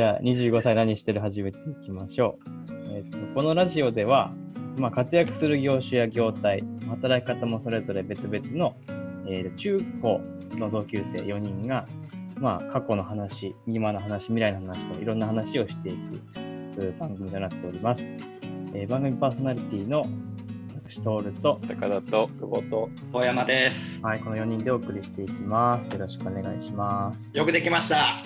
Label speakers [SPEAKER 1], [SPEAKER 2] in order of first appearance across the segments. [SPEAKER 1] ゃあ、25歳何してる始めていきましょう。えっとこのラジオでは、まあ、活躍する業種や業態、働き方もそれぞれ別々の、えー中高の同級生4人が、まあ、過去の話、今の話、未来の話といろんな話をしていくという番組となっております。えー番組パーソナリティの私、トールと、
[SPEAKER 2] 高田と久保と
[SPEAKER 3] 大山です。
[SPEAKER 1] はい、この4人でお送りしていきます。よろしくお願いします。
[SPEAKER 3] よくできました。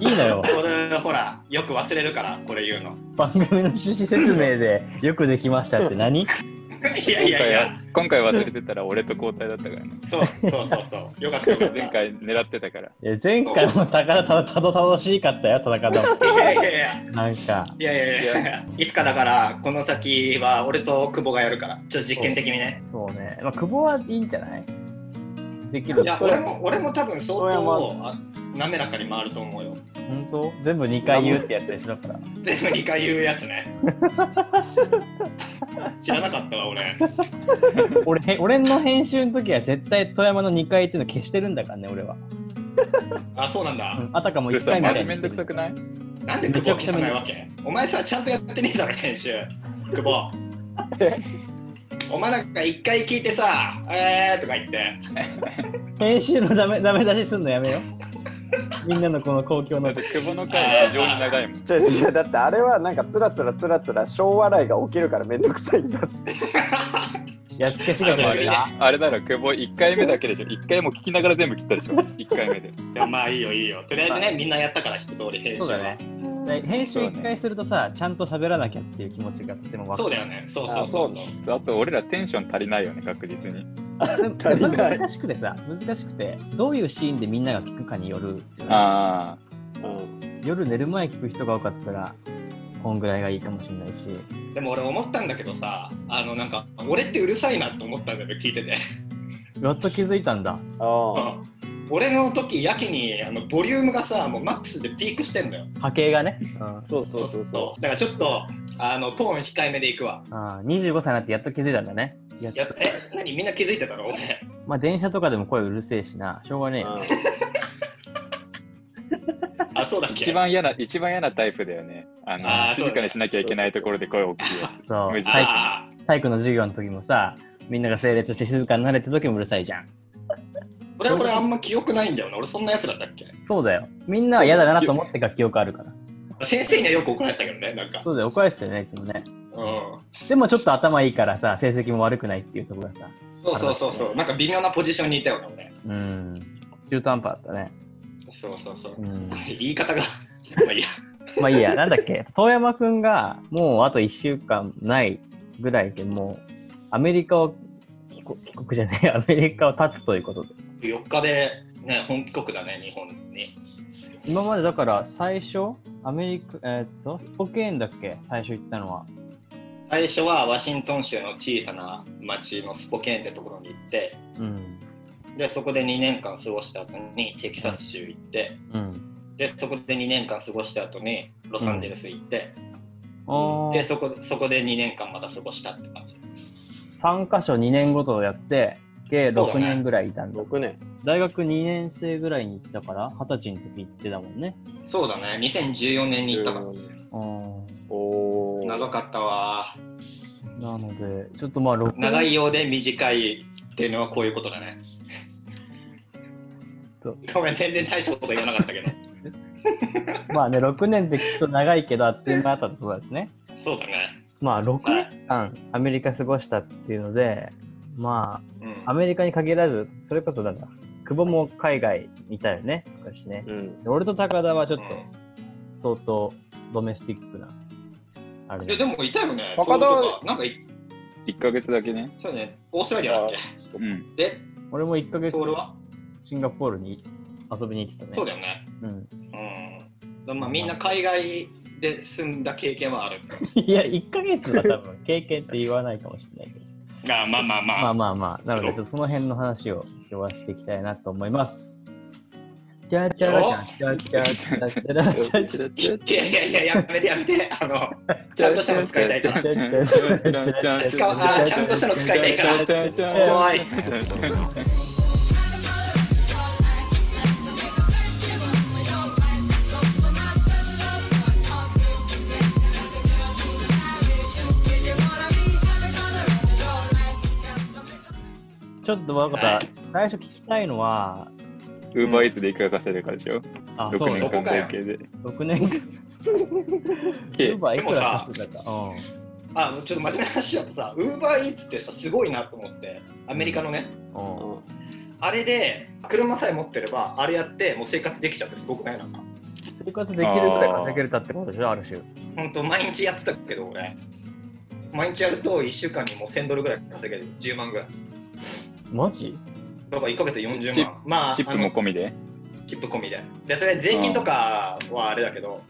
[SPEAKER 1] いいのよ
[SPEAKER 3] こ。れほら、よく忘れるから、これ言うの。
[SPEAKER 1] 番組の趣旨説明でよくできましたって何
[SPEAKER 3] いやいやいや、
[SPEAKER 2] 今回は今回忘れてたら俺と交代だったからね
[SPEAKER 3] そうそうそうそう。よかったよかった。
[SPEAKER 2] 前回狙ってたから
[SPEAKER 1] え前回も宝たたどたどしいかったよ、田中田も。
[SPEAKER 3] いやいやいや。
[SPEAKER 1] なんか、
[SPEAKER 3] いやいやいやいやいつかだから、この先は俺と久保がやるから、ちょっと実験的にね。
[SPEAKER 1] そうね。まあ、久保はいいんじゃないできる
[SPEAKER 3] い。や、俺も、俺も多分相当あ滑らかに回ると思うよ。
[SPEAKER 1] 本当全部2回言うってやつでしょ、だから。
[SPEAKER 3] 全部2回言うやつね。知らなかったわ、俺。
[SPEAKER 1] 俺へ、俺の編集の時は絶対富山の2回っていうの消してるんだからね、俺は。
[SPEAKER 3] あ、そうなんだ
[SPEAKER 1] う。んあたかも
[SPEAKER 2] 俺
[SPEAKER 1] 1
[SPEAKER 2] さ
[SPEAKER 1] 回み
[SPEAKER 2] マ
[SPEAKER 1] た
[SPEAKER 2] ジ
[SPEAKER 1] い
[SPEAKER 2] めんどくさくない
[SPEAKER 3] なんで久保消さないわけお前さ、ちゃんとやってねえだろ、編集。久保。お前なんか一回聞いてさ、えーとか言って、
[SPEAKER 1] 編集のダメダメ出しすんのやめよ。みんなのこの公共
[SPEAKER 2] だ
[SPEAKER 1] の
[SPEAKER 2] っ。て久保の回が非常に長いもん
[SPEAKER 4] 違う違うだってあれはなんかつらつらつらつら小笑いが起きるからめんどくさいんだって
[SPEAKER 1] やっつけし
[SPEAKER 3] あ
[SPEAKER 1] が
[SPEAKER 3] で
[SPEAKER 1] か
[SPEAKER 3] も
[SPEAKER 1] り
[SPEAKER 3] いい
[SPEAKER 1] な。
[SPEAKER 2] あれだろ久保1回目だけでしょ1回も聞きながら全部切ったでしょ1回目で
[SPEAKER 3] でもまあいいよいいよ。とりあえずね、みんなやったから一通り編集
[SPEAKER 1] そう
[SPEAKER 3] は
[SPEAKER 1] だね。で編集1回するとさ、ちゃんと喋らなきゃっていう気持ちがとてもわか
[SPEAKER 3] そう
[SPEAKER 1] る。
[SPEAKER 3] だよね。そうそ
[SPEAKER 4] あ
[SPEAKER 3] うそう
[SPEAKER 4] そう
[SPEAKER 2] そうあと俺らテンション足りないよね確実
[SPEAKER 1] で
[SPEAKER 2] に
[SPEAKER 1] もでもそれ
[SPEAKER 4] 足りない
[SPEAKER 1] 難しくてさ、難しくて、どういうシーンでみんなが聞くかによる。
[SPEAKER 2] あ
[SPEAKER 1] 夜寝る前聞く人が多かったら、こんぐらいがいいかもしれないし。
[SPEAKER 3] でも俺思ったんだけどさ、あのなんか俺ってうるさいなと思ったんだけど聞いてて。
[SPEAKER 1] やっと気づいたんだ。
[SPEAKER 4] あ
[SPEAKER 3] 俺の時やけにあのボリュームがさ、もうマックスでピークしてんだよ。。
[SPEAKER 1] 波形がね。
[SPEAKER 4] そうそうそうそう
[SPEAKER 3] だからちょっとあのトーン控えめでいくわ。
[SPEAKER 1] あー25歳になってやっと気づいたんだね。やっ
[SPEAKER 3] や
[SPEAKER 1] と
[SPEAKER 3] え、何みんな気づいてたの俺。
[SPEAKER 1] まあ電車とかでも声うるせえしな。しょうがねえよ。
[SPEAKER 3] あ、そうだっ
[SPEAKER 2] あ
[SPEAKER 3] け
[SPEAKER 2] 一番嫌な一番嫌なタイプだよねあの
[SPEAKER 3] あー
[SPEAKER 2] 静かにしなきゃいけないところで声を大きいや
[SPEAKER 1] そう
[SPEAKER 2] 無事
[SPEAKER 1] 体育
[SPEAKER 3] あ
[SPEAKER 1] 体育の授業の時もさ、みんなが整列して静かになれた時もうるさいじゃん。
[SPEAKER 3] あ、俺はこれあんま記憶ないんだよな。俺そんなやつだったっけ
[SPEAKER 1] そうだよ。みんなは嫌だなと思ってから記憶あるから。
[SPEAKER 3] 先生にはよく怒られてたけどね、なんか。
[SPEAKER 1] そうだよ。怒られてたよね、いつもね。
[SPEAKER 3] う
[SPEAKER 1] でもちょっと頭いいからさ、成績も悪くないっていうところがさ。
[SPEAKER 3] ん。そうそうそうそう。なんか微妙なポジションにいたよね、俺。
[SPEAKER 1] うん。中途半端だったね。
[SPEAKER 3] そうそうそう
[SPEAKER 1] う。ん。
[SPEAKER 3] 言い方が。 まあいいや。
[SPEAKER 1] まあいいや、なんだっ け、遠山くんがもうあと1週間ないぐらいでもう、アメリカを帰国帰国じゃない、 アメリカを立つということで。
[SPEAKER 3] 4日で、ね、本帰国だね、日本に。
[SPEAKER 1] 今までだから最初、アメリカ、えーっと、スポケーンだっけ、最初行ったのは。
[SPEAKER 3] 最初はワシントン州の小さな町のスポケーンってところに行って、
[SPEAKER 1] うん。
[SPEAKER 3] で、そこで2年間過ごした後にテキサス州行って、
[SPEAKER 1] うん。
[SPEAKER 3] で、そこで2年間過ごした後にロサンゼルス行って、
[SPEAKER 1] お
[SPEAKER 3] で
[SPEAKER 1] ー
[SPEAKER 3] そこ、そこで2年間また過ごしたって感じ。
[SPEAKER 1] 3カ所2年ごとやって、計
[SPEAKER 3] そうだ
[SPEAKER 1] 6
[SPEAKER 3] ね
[SPEAKER 1] 年ぐらいいたんだ。
[SPEAKER 4] 僕ね
[SPEAKER 1] 大学2年生ぐらいに行ったから、20歳の時行ってたもんね。
[SPEAKER 3] そうだね、2014年に行ったから。
[SPEAKER 1] うん。
[SPEAKER 4] おー
[SPEAKER 3] 長かったわ
[SPEAKER 1] なので、ちょっとまあ6年
[SPEAKER 3] 長いようで短いっていうのはこういうことだね
[SPEAKER 1] そう
[SPEAKER 3] ごめん全然大したこと言わなかったけど
[SPEAKER 1] まあね、6年ってきっと長いけど、あっという間だったってことですね。
[SPEAKER 3] そうだね
[SPEAKER 1] まあ、6年間アメリカ過ごしたっていうので、ま
[SPEAKER 3] う
[SPEAKER 1] あ、ア
[SPEAKER 3] ん
[SPEAKER 1] メリカに限らず、それこそなんだ、久保も海外にいたよね、昔ね。
[SPEAKER 4] うん
[SPEAKER 1] で俺と高田はちょっと
[SPEAKER 3] うん
[SPEAKER 1] 相当ドメスティックな、あれ
[SPEAKER 3] いやでもいたよね
[SPEAKER 4] 高田
[SPEAKER 3] 東京とかなんかい
[SPEAKER 2] 1ヶ月だけね
[SPEAKER 3] そうだねオーストラリアだっけ
[SPEAKER 2] うん
[SPEAKER 3] で
[SPEAKER 1] 俺も1ヶ月
[SPEAKER 3] トールは
[SPEAKER 1] シンガポールに遊びに行ってたね。
[SPEAKER 3] そうだよね
[SPEAKER 1] うん、
[SPEAKER 3] うんでまあみんな海外で住んだ経験はある
[SPEAKER 1] いや、1ヶ月は多分経験って言わないかもしれないけど。
[SPEAKER 3] あまあまあま
[SPEAKER 1] まあまあまあ、なので、ちょっとその辺の話を今日はしていきたいなと思います。じゃじゃらじゃじゃじゃじゃらじゃじゃ
[SPEAKER 3] いやいやいややめてやめてあのちゃんとしたの使 いたいから使うあちゃんとしたの使いたいから怖い
[SPEAKER 5] 「
[SPEAKER 1] ちょっと分かった。最初聞きたいのは、
[SPEAKER 2] ウーバーイーツでいくら稼いでるかでしょ
[SPEAKER 1] あ、そう
[SPEAKER 2] ?6
[SPEAKER 1] ね
[SPEAKER 2] 年
[SPEAKER 3] そこ
[SPEAKER 2] 間
[SPEAKER 3] かよ
[SPEAKER 2] 合計で。
[SPEAKER 1] 6年間。
[SPEAKER 2] 計
[SPEAKER 1] ウーバーいく
[SPEAKER 3] でも
[SPEAKER 1] ら
[SPEAKER 3] さ
[SPEAKER 1] 稼いだか。うん。
[SPEAKER 3] あのちょっと真面目な話だとさ、ウーバーイーツってさ、すごいなと思って、アメリカのね、
[SPEAKER 1] うん
[SPEAKER 3] あれで車さえ持ってれば、あれやって、もう生活できちゃって、すごくないなんか。
[SPEAKER 1] 生活できるぐらい稼げれたってことでしょ、ある種。
[SPEAKER 3] ほんと、毎日やってたけど、俺。毎日やると、1週間にもう1000ドルぐらい稼げる、10万ぐらい。
[SPEAKER 1] マジ
[SPEAKER 3] だから1ヶ月で
[SPEAKER 2] チ
[SPEAKER 3] 40
[SPEAKER 2] ッ
[SPEAKER 3] 万。まあ、
[SPEAKER 2] チップ
[SPEAKER 3] あの
[SPEAKER 2] も込みで。
[SPEAKER 3] チップ込みで。で、それ税金とかはあれだけど、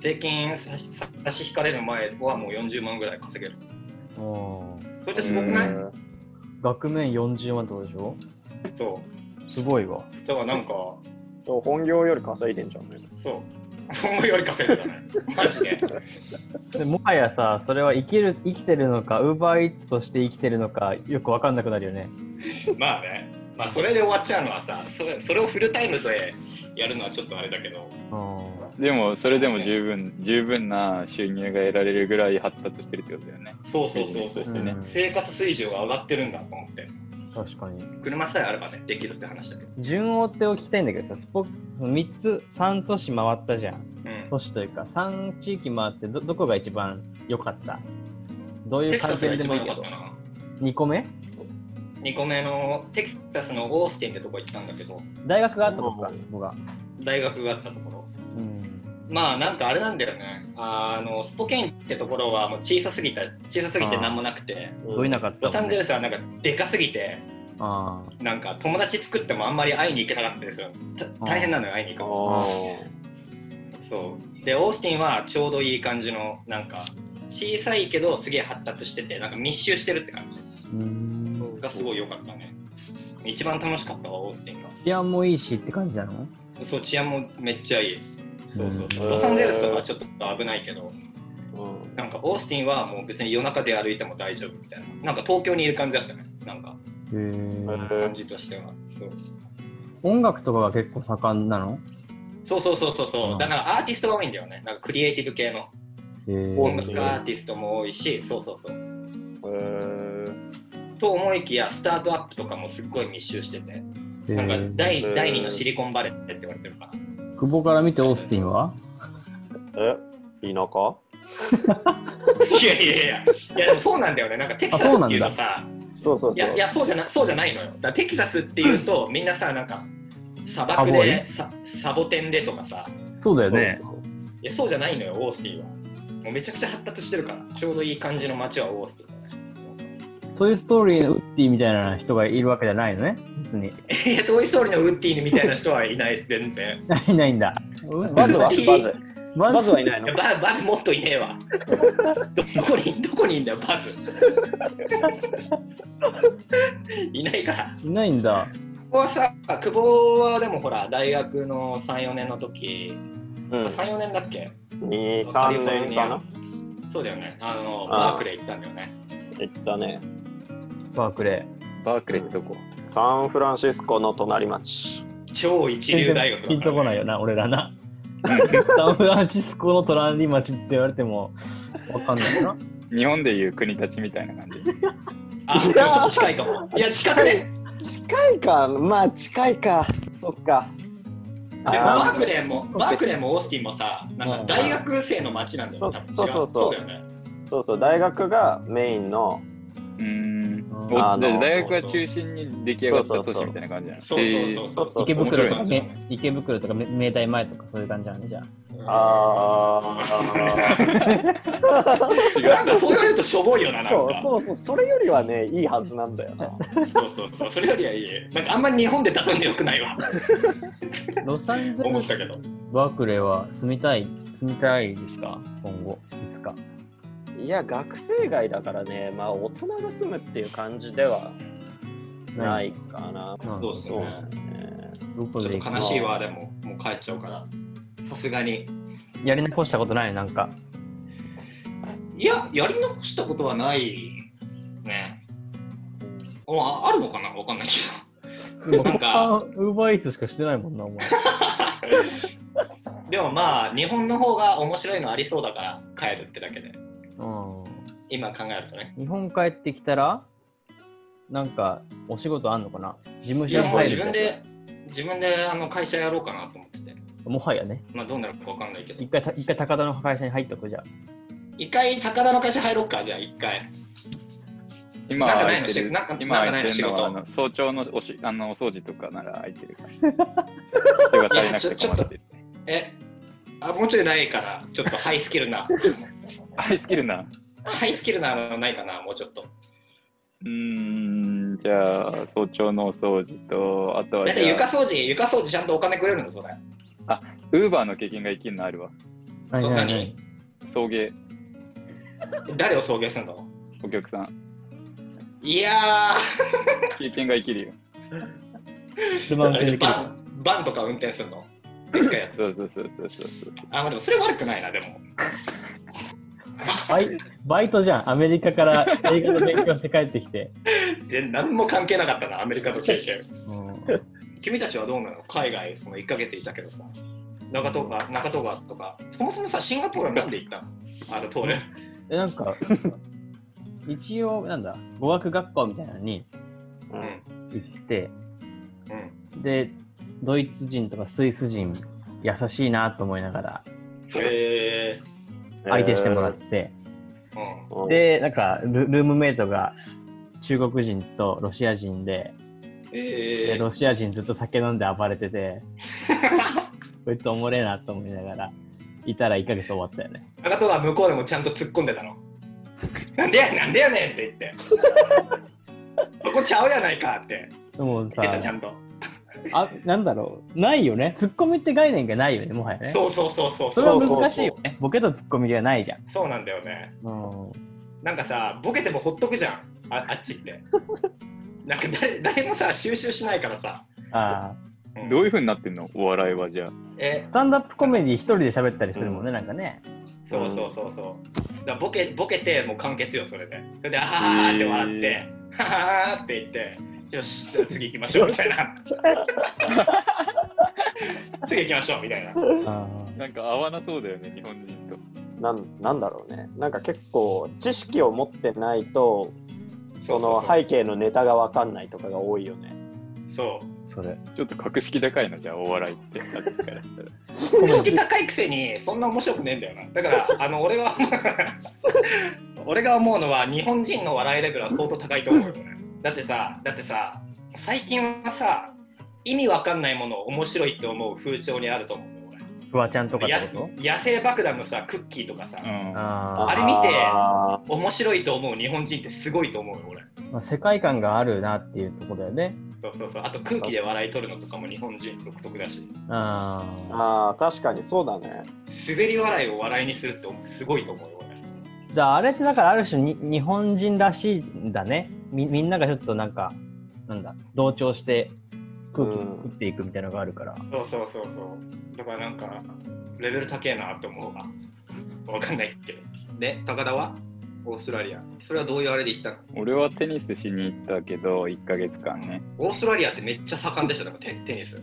[SPEAKER 3] 税金差し差し引かれる前はもう40万ぐらい稼げる。
[SPEAKER 1] うん。
[SPEAKER 3] それってすごくない
[SPEAKER 4] うん
[SPEAKER 1] 額面40万ってことでしょ
[SPEAKER 3] そ
[SPEAKER 1] すごいわ。
[SPEAKER 3] う。だからなんか、
[SPEAKER 4] そう本業より稼いでんじゃんね。
[SPEAKER 3] そう。 思いより稼いでたね。マジで。
[SPEAKER 1] でもはやさ、それは生きる生きてるのか、ウーバーイーツとして生きてるのか、よく分かんなくなるよね。
[SPEAKER 3] まあね。まあそれで終わっちゃうのはさ、それそれをフルタイムでやるのはちょっとあれだけど、
[SPEAKER 1] う
[SPEAKER 2] でも、それでも十分、十分な収入が得られるぐらい発達してるってことだよね。
[SPEAKER 3] そうそうそうそう。
[SPEAKER 2] そうですね
[SPEAKER 1] ん
[SPEAKER 3] 生活水準が上がってるんだと思って、
[SPEAKER 1] 確かに。
[SPEAKER 3] 車さえあればね、できるって話だけど。
[SPEAKER 1] 順を追っておきたいんだけどさ、スポその3つ、3都市回ったじゃん。
[SPEAKER 3] うん
[SPEAKER 1] 都市というか、3地域回ってど、どこが一番良かったどうい
[SPEAKER 3] テ
[SPEAKER 1] う
[SPEAKER 3] キサ
[SPEAKER 1] 関
[SPEAKER 3] スが
[SPEAKER 1] 係で
[SPEAKER 3] 一
[SPEAKER 1] もい
[SPEAKER 3] 番
[SPEAKER 1] い
[SPEAKER 3] 良
[SPEAKER 1] け
[SPEAKER 3] かっ
[SPEAKER 1] ど
[SPEAKER 3] た。な。
[SPEAKER 1] 2個目
[SPEAKER 3] 2個目のテキサスのオースティンってとこ行ったんだけど、
[SPEAKER 1] 大学があったとこか
[SPEAKER 4] う、ん
[SPEAKER 1] そこが。
[SPEAKER 3] 大学があったところ。
[SPEAKER 1] うん。
[SPEAKER 3] まあなんかあれなんだよね。あのスポケンってところはもう小さすぎた小さすぎて何もなくて、
[SPEAKER 1] どいなかった
[SPEAKER 3] ロ
[SPEAKER 1] も
[SPEAKER 3] サ
[SPEAKER 1] ん
[SPEAKER 3] ンゼ
[SPEAKER 1] ね。
[SPEAKER 3] ルスはなんかでかすぎて
[SPEAKER 1] ああ。
[SPEAKER 3] なんか友達作ってもあんまり会いに行けなかったですよ。た大変なのよ会いに行くの。そう。でオースティンはちょうどいい感じのなんか小さいけどすげえ発達しててなんか密集してるって感じ
[SPEAKER 1] うん。
[SPEAKER 3] がすごい良かったね。一番楽しかったわオースティンが。
[SPEAKER 1] 治安もいいしって感じなの
[SPEAKER 3] そう治安もめっちゃいい。そうそうそう。
[SPEAKER 4] うん
[SPEAKER 3] ロサンゼルスとかはちょっと危ないけど。
[SPEAKER 4] うん
[SPEAKER 3] なんかオースティンはもう別に夜中で歩いても大丈夫みたいな。なんか東京にいる感じだったね。なんか
[SPEAKER 1] へー
[SPEAKER 3] 感じとしては。そう
[SPEAKER 1] 音楽とかが結構盛んなの
[SPEAKER 3] そうそうそうそうそうう。
[SPEAKER 1] ん
[SPEAKER 3] だからアーティストが多いんだよね。なんかクリエイティブ系の
[SPEAKER 1] へー
[SPEAKER 3] 音
[SPEAKER 4] 音楽
[SPEAKER 3] 楽アーティストも多いし、そうそうそう。
[SPEAKER 4] えー
[SPEAKER 3] と思いきやスタートアップとかもすっごい密集してて、
[SPEAKER 1] へー
[SPEAKER 3] なんか第
[SPEAKER 4] うん
[SPEAKER 3] 第2のシリコンバレーって言われてるから。
[SPEAKER 1] 久保から見てオースティンは
[SPEAKER 4] え田舎
[SPEAKER 3] いやいやいや、いやでもそうなんだよね。なんかテキサスっていうとさ、
[SPEAKER 4] そうそう
[SPEAKER 3] い
[SPEAKER 4] そう
[SPEAKER 3] やいやそうじゃなそうじゃないのよ。だからテキサスっていうとみんなさ、なんか砂漠で、さサボテンでとかさ、
[SPEAKER 1] そうだよね。
[SPEAKER 4] そうそう
[SPEAKER 3] いやそうじゃないのよ、オースティンは。もうめちゃくちゃ発達してるから、ちょうどいい感じの街はオースティンだね。
[SPEAKER 1] トイ・ストーリーのウッディみたいな人がいるわけじゃないのね、別に。
[SPEAKER 3] いや、トイ・ストーリーのウッディみたいな人はいない、全然。
[SPEAKER 1] ないないんだ。
[SPEAKER 4] バズ はバズ
[SPEAKER 1] ま
[SPEAKER 4] バズはいない
[SPEAKER 3] い
[SPEAKER 4] の
[SPEAKER 3] や ババズもっといねえわ。どこに、どこにいんだよ、バズ。いないから。
[SPEAKER 1] いないんだ。
[SPEAKER 3] ここはさ、久保はでもほら、大学の3、4年の時、
[SPEAKER 4] うん
[SPEAKER 3] 3、4年だっけ
[SPEAKER 4] 2、3年かな
[SPEAKER 3] そうだよね。あの、
[SPEAKER 4] あー
[SPEAKER 3] バークレー行ったんだよね。
[SPEAKER 4] 行ったね。
[SPEAKER 1] バークレ
[SPEAKER 2] バークレーってどこ
[SPEAKER 4] サンフランシスコの隣町。
[SPEAKER 3] 超一
[SPEAKER 1] ー。
[SPEAKER 3] 流大学だから
[SPEAKER 1] ピ
[SPEAKER 3] ね
[SPEAKER 1] ンとこないよな、俺らな。サンフランシスコの隣町って言われてもわかんないな。
[SPEAKER 2] 日本でいう国立みたいな感じ。
[SPEAKER 3] あ、でもちょっと近いかも。いや、近くね。
[SPEAKER 4] 近いか、まあ近いか。そっか。
[SPEAKER 3] でもバ
[SPEAKER 4] あ
[SPEAKER 3] ークレーもバークレーもオースティンもさ、なんか大学生の街なんだよね。
[SPEAKER 4] そう
[SPEAKER 3] 多分違
[SPEAKER 4] そうそうそう
[SPEAKER 3] だよね。
[SPEAKER 4] ーそうそう、大学がメインの。
[SPEAKER 2] うーん。お
[SPEAKER 1] あ
[SPEAKER 4] の
[SPEAKER 2] じゃあ大学が中心に出来上がった都市みたいな感じなの
[SPEAKER 3] そうそうそうそう。
[SPEAKER 1] 池袋とか
[SPEAKER 2] 面
[SPEAKER 1] ね、池袋とかめ明大前とかそういう感じなんね、じゃあ。
[SPEAKER 4] あー
[SPEAKER 2] えー違
[SPEAKER 3] な
[SPEAKER 2] う。
[SPEAKER 3] んかそう言われるとしょぼいよな、なん
[SPEAKER 4] そう
[SPEAKER 3] か。
[SPEAKER 4] そうそう、それよりはね、いいはずなんだよな。
[SPEAKER 3] そうそうそう。それよりはいい。なんかあんまり日本で例えんでよくないわ。
[SPEAKER 1] ロサンゼ
[SPEAKER 3] 思
[SPEAKER 1] ル
[SPEAKER 3] っ
[SPEAKER 1] ス
[SPEAKER 3] たけど。
[SPEAKER 1] バークレーは住みたい、住みたいですか今後、いつか。
[SPEAKER 4] いや、学生街だからね、まあ大人が住むっていう感じではないかな。
[SPEAKER 1] そう
[SPEAKER 3] っすね
[SPEAKER 4] そうだね。
[SPEAKER 1] どこ
[SPEAKER 3] ち
[SPEAKER 1] で
[SPEAKER 3] ょ
[SPEAKER 1] い
[SPEAKER 3] っ
[SPEAKER 1] い
[SPEAKER 3] と
[SPEAKER 1] か
[SPEAKER 3] 悲しいわ、でも。もう帰っちゃうから。さすがに。
[SPEAKER 1] やり残したことないなんか。
[SPEAKER 3] いや、やり残したことはない。ね。おああるのかなわかんないけ ど。なんか。
[SPEAKER 1] ウーバーイーツしかしてないもんな、お前。
[SPEAKER 3] でもまあ日本の方が面白いのありそうだから帰るってだけで
[SPEAKER 1] う
[SPEAKER 3] 今考えるとね
[SPEAKER 1] ん。日本帰ってきたらなんか、お仕事あんのかな事務
[SPEAKER 3] い
[SPEAKER 1] 所
[SPEAKER 3] や
[SPEAKER 1] に
[SPEAKER 3] もう
[SPEAKER 1] 入
[SPEAKER 3] 自
[SPEAKER 1] る
[SPEAKER 3] 分で自分であの会社やろうかなと思ってて
[SPEAKER 1] ともはやね。
[SPEAKER 3] まあどうなるかわかんないけど
[SPEAKER 1] 一回た、一回高田の会社に入っとくじゃあ。
[SPEAKER 3] 一回高田の会社入ろうかじゃあ一回
[SPEAKER 2] 今
[SPEAKER 3] なんかな
[SPEAKER 2] 空
[SPEAKER 3] い
[SPEAKER 2] い
[SPEAKER 3] の
[SPEAKER 2] てる
[SPEAKER 3] なんか
[SPEAKER 2] 今空いてるのは
[SPEAKER 3] なんかないの仕事
[SPEAKER 2] あの早朝のおしあのお掃除とかなら空いてる から。手が足りなくて困ってる。
[SPEAKER 3] えあもうちょいないからちょっとハイスキルな
[SPEAKER 2] ハイスキルな。
[SPEAKER 3] ハイスキルなのないかなもうちょっと
[SPEAKER 2] うーん、じゃあ早朝のお掃除と、あとは
[SPEAKER 3] だっ
[SPEAKER 2] じ
[SPEAKER 3] て
[SPEAKER 2] ゃ
[SPEAKER 3] 床
[SPEAKER 2] あ
[SPEAKER 3] 掃除床掃除ちゃんとお金くれるのそれ
[SPEAKER 2] ウーバーの経験が生きるのあるわ。
[SPEAKER 1] はい
[SPEAKER 3] そん
[SPEAKER 1] は
[SPEAKER 3] ない
[SPEAKER 1] は
[SPEAKER 3] に
[SPEAKER 1] い。
[SPEAKER 2] 送迎、
[SPEAKER 3] 誰を送迎するの
[SPEAKER 2] お客さん。
[SPEAKER 3] いや
[SPEAKER 2] 経験が生きるよ。
[SPEAKER 1] 車
[SPEAKER 3] ー
[SPEAKER 1] 運
[SPEAKER 3] あ
[SPEAKER 1] 転で
[SPEAKER 3] れ
[SPEAKER 1] きる
[SPEAKER 3] バンバンとか運転するのでっかいやつ
[SPEAKER 2] そうそうそうそうそうそう。
[SPEAKER 3] あまあでもそれ悪くないなでも
[SPEAKER 1] バイバイトじゃん。アメリカから英語の勉強して帰ってきて。
[SPEAKER 3] で何も関係なかったなアメリカと経験
[SPEAKER 1] うん
[SPEAKER 3] 君たちはどうなの海外その1ヶ月いたけどさ中東か中東かとかそもそもさシンガポールはなんで行ったのあの通る
[SPEAKER 1] え、なんか、一応、なんだ、語学学校みたいなのに
[SPEAKER 4] う
[SPEAKER 3] うん
[SPEAKER 4] ん
[SPEAKER 1] 行って、
[SPEAKER 3] うん
[SPEAKER 1] で、ドイツ人とかスイス人、優しいなと思いながら、
[SPEAKER 3] へえ
[SPEAKER 1] 相手してもらって、
[SPEAKER 3] うん
[SPEAKER 4] うん
[SPEAKER 1] で、なんかル、ルームメイトが中国人とロシア人で、
[SPEAKER 3] え
[SPEAKER 1] で
[SPEAKER 3] ー
[SPEAKER 1] ロシア人ずっと酒飲んで暴れて て、こいつおもれえなと思いながら、いたら1ヶ月終わったよね。
[SPEAKER 3] 中東は向こうでもちゃんと突っ込んでたの なんでやなんでやねんって言って そこちゃうやないかって
[SPEAKER 1] でも
[SPEAKER 3] 言ってたちゃ
[SPEAKER 1] さ、
[SPEAKER 3] んと
[SPEAKER 1] あ、なんだろう、ないよね。ツッコミって概念がないよね、もはやね。
[SPEAKER 3] そうそうそうそう
[SPEAKER 1] そ
[SPEAKER 3] そ
[SPEAKER 1] れは
[SPEAKER 3] う
[SPEAKER 1] 難しいよね。ボケとツッコミがないじゃん。
[SPEAKER 3] そうなんだよね
[SPEAKER 1] うん
[SPEAKER 3] なんかさボケてもほっとくじゃんああっちって なんか誰誰もさ収集しないからさ、
[SPEAKER 1] あ
[SPEAKER 3] うん
[SPEAKER 2] どういう風になってんのお笑いはじゃあ。
[SPEAKER 1] ー
[SPEAKER 3] え
[SPEAKER 1] スタンダップコメディ一人で喋ったりするもんね、なんかね。
[SPEAKER 3] そうそうそうそう。だからボケボケてもう完結よそれで。それであーって笑って、ははーって言って、よしじゃあ次行きま しょうみたいな。次行きましょうみたいな。
[SPEAKER 1] あ
[SPEAKER 2] なんか合わなそうだよね、日本人と。
[SPEAKER 4] なんなんだろうねなんか結構知識を持ってないと
[SPEAKER 3] そ
[SPEAKER 4] そ
[SPEAKER 3] うそう
[SPEAKER 4] の
[SPEAKER 3] そう
[SPEAKER 4] 背景のネタが分かんないとかが多いよね
[SPEAKER 3] そ
[SPEAKER 1] それ。
[SPEAKER 2] ちょっと格式高いのじゃあ、お笑い って。あっちからしたら。
[SPEAKER 3] う。格式高いくせにそんな面白くねえんだよな。だからあの俺が 俺が思うのは日本人の笑いレベルは相当高いと思うよね。だってさだってさ最近はさ意味わかんないものを面白いって思う風潮にあると思うよ俺。
[SPEAKER 1] フワちゃんとかっ
[SPEAKER 3] や
[SPEAKER 1] てこと
[SPEAKER 3] 野生爆弾のさクッキーとかさ、
[SPEAKER 2] うん。
[SPEAKER 1] あ
[SPEAKER 3] あれ見て
[SPEAKER 4] あ
[SPEAKER 3] 面白いと思う日本人ってすごいと思うよ俺
[SPEAKER 1] ーまあ、世界観があるなっていうとこだよね。
[SPEAKER 3] そうそうそうあと空気で笑い取るのとかも日本人独特だし
[SPEAKER 1] あ
[SPEAKER 4] ー
[SPEAKER 1] あ
[SPEAKER 4] あー確かにそうだね
[SPEAKER 3] 滑り笑いを笑いにするってすごいと思うよ
[SPEAKER 1] じゃああれってだからある種に日本人らしいんだねみ。みんながちょっとなんか、なんだ、同調して空気
[SPEAKER 4] うん
[SPEAKER 1] 打っていくみたいなのがあるから。
[SPEAKER 3] 俺そうそうそうそうだからなんかレベル高えなって思うわわかんないけどで高田はオーストラリアそれはどういうあれで行ったの
[SPEAKER 2] 俺はテニスしに行ったけど、1ヶ月間ね。
[SPEAKER 3] オーストラリアってめっちゃ盛んでしょだからテテニス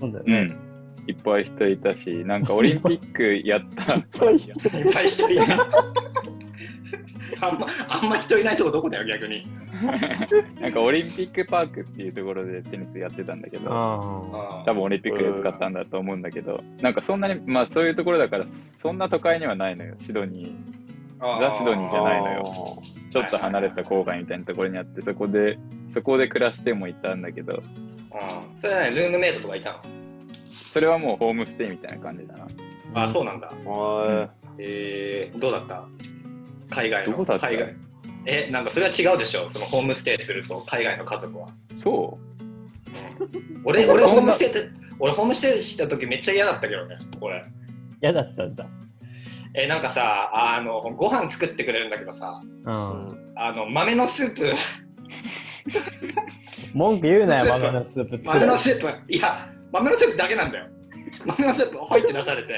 [SPEAKER 1] そうだよ
[SPEAKER 2] う
[SPEAKER 1] ね。
[SPEAKER 2] ん。いっぱい人いたし、なんかオリンピックやった。
[SPEAKER 3] いっぱい 人いないあんまあんま人いないとこどこだよ逆に
[SPEAKER 2] なんかオリンピックパークっていうところでテニスやってたんだけど、
[SPEAKER 1] あ
[SPEAKER 3] あ
[SPEAKER 2] 多分オリンピックで使ったんだと思うんだけど、なんかそんなに、まあそういうところだから、そんな都会にはないのよ、シドニー。ザシドニーじゃないのよちょっと離れた郊外みたいなところにあって、そこで、そこで暮らしてもいたんだけど、
[SPEAKER 3] うんそれはねルームメイトとかいたの
[SPEAKER 2] それはもうホームステイみたいな感じだな。
[SPEAKER 1] あ
[SPEAKER 3] あ、そううなんだ。
[SPEAKER 4] は
[SPEAKER 3] えー、どうだった海外の。
[SPEAKER 2] どうだった
[SPEAKER 3] 海外え、なんかそれは違うでしょ、そのホームステイすると、海外の家族は。
[SPEAKER 2] そう
[SPEAKER 3] 俺、
[SPEAKER 2] そん
[SPEAKER 3] 俺
[SPEAKER 2] な
[SPEAKER 3] ホームステイって、俺ホームステイした時めっちゃ嫌だったけどね、これ。
[SPEAKER 1] 嫌だったんだ。
[SPEAKER 3] え、なんかさ、あの、ご飯作ってくれるんだけどさ、
[SPEAKER 1] う
[SPEAKER 4] い
[SPEAKER 1] ん。
[SPEAKER 3] あの、豆のス ープ、
[SPEAKER 1] 文句言うなよ、
[SPEAKER 3] スープ
[SPEAKER 1] 豆のスープ作る
[SPEAKER 3] 豆の。スープ、いや、豆のスープだけなんだよ。豆のスープ、ほいって出されて、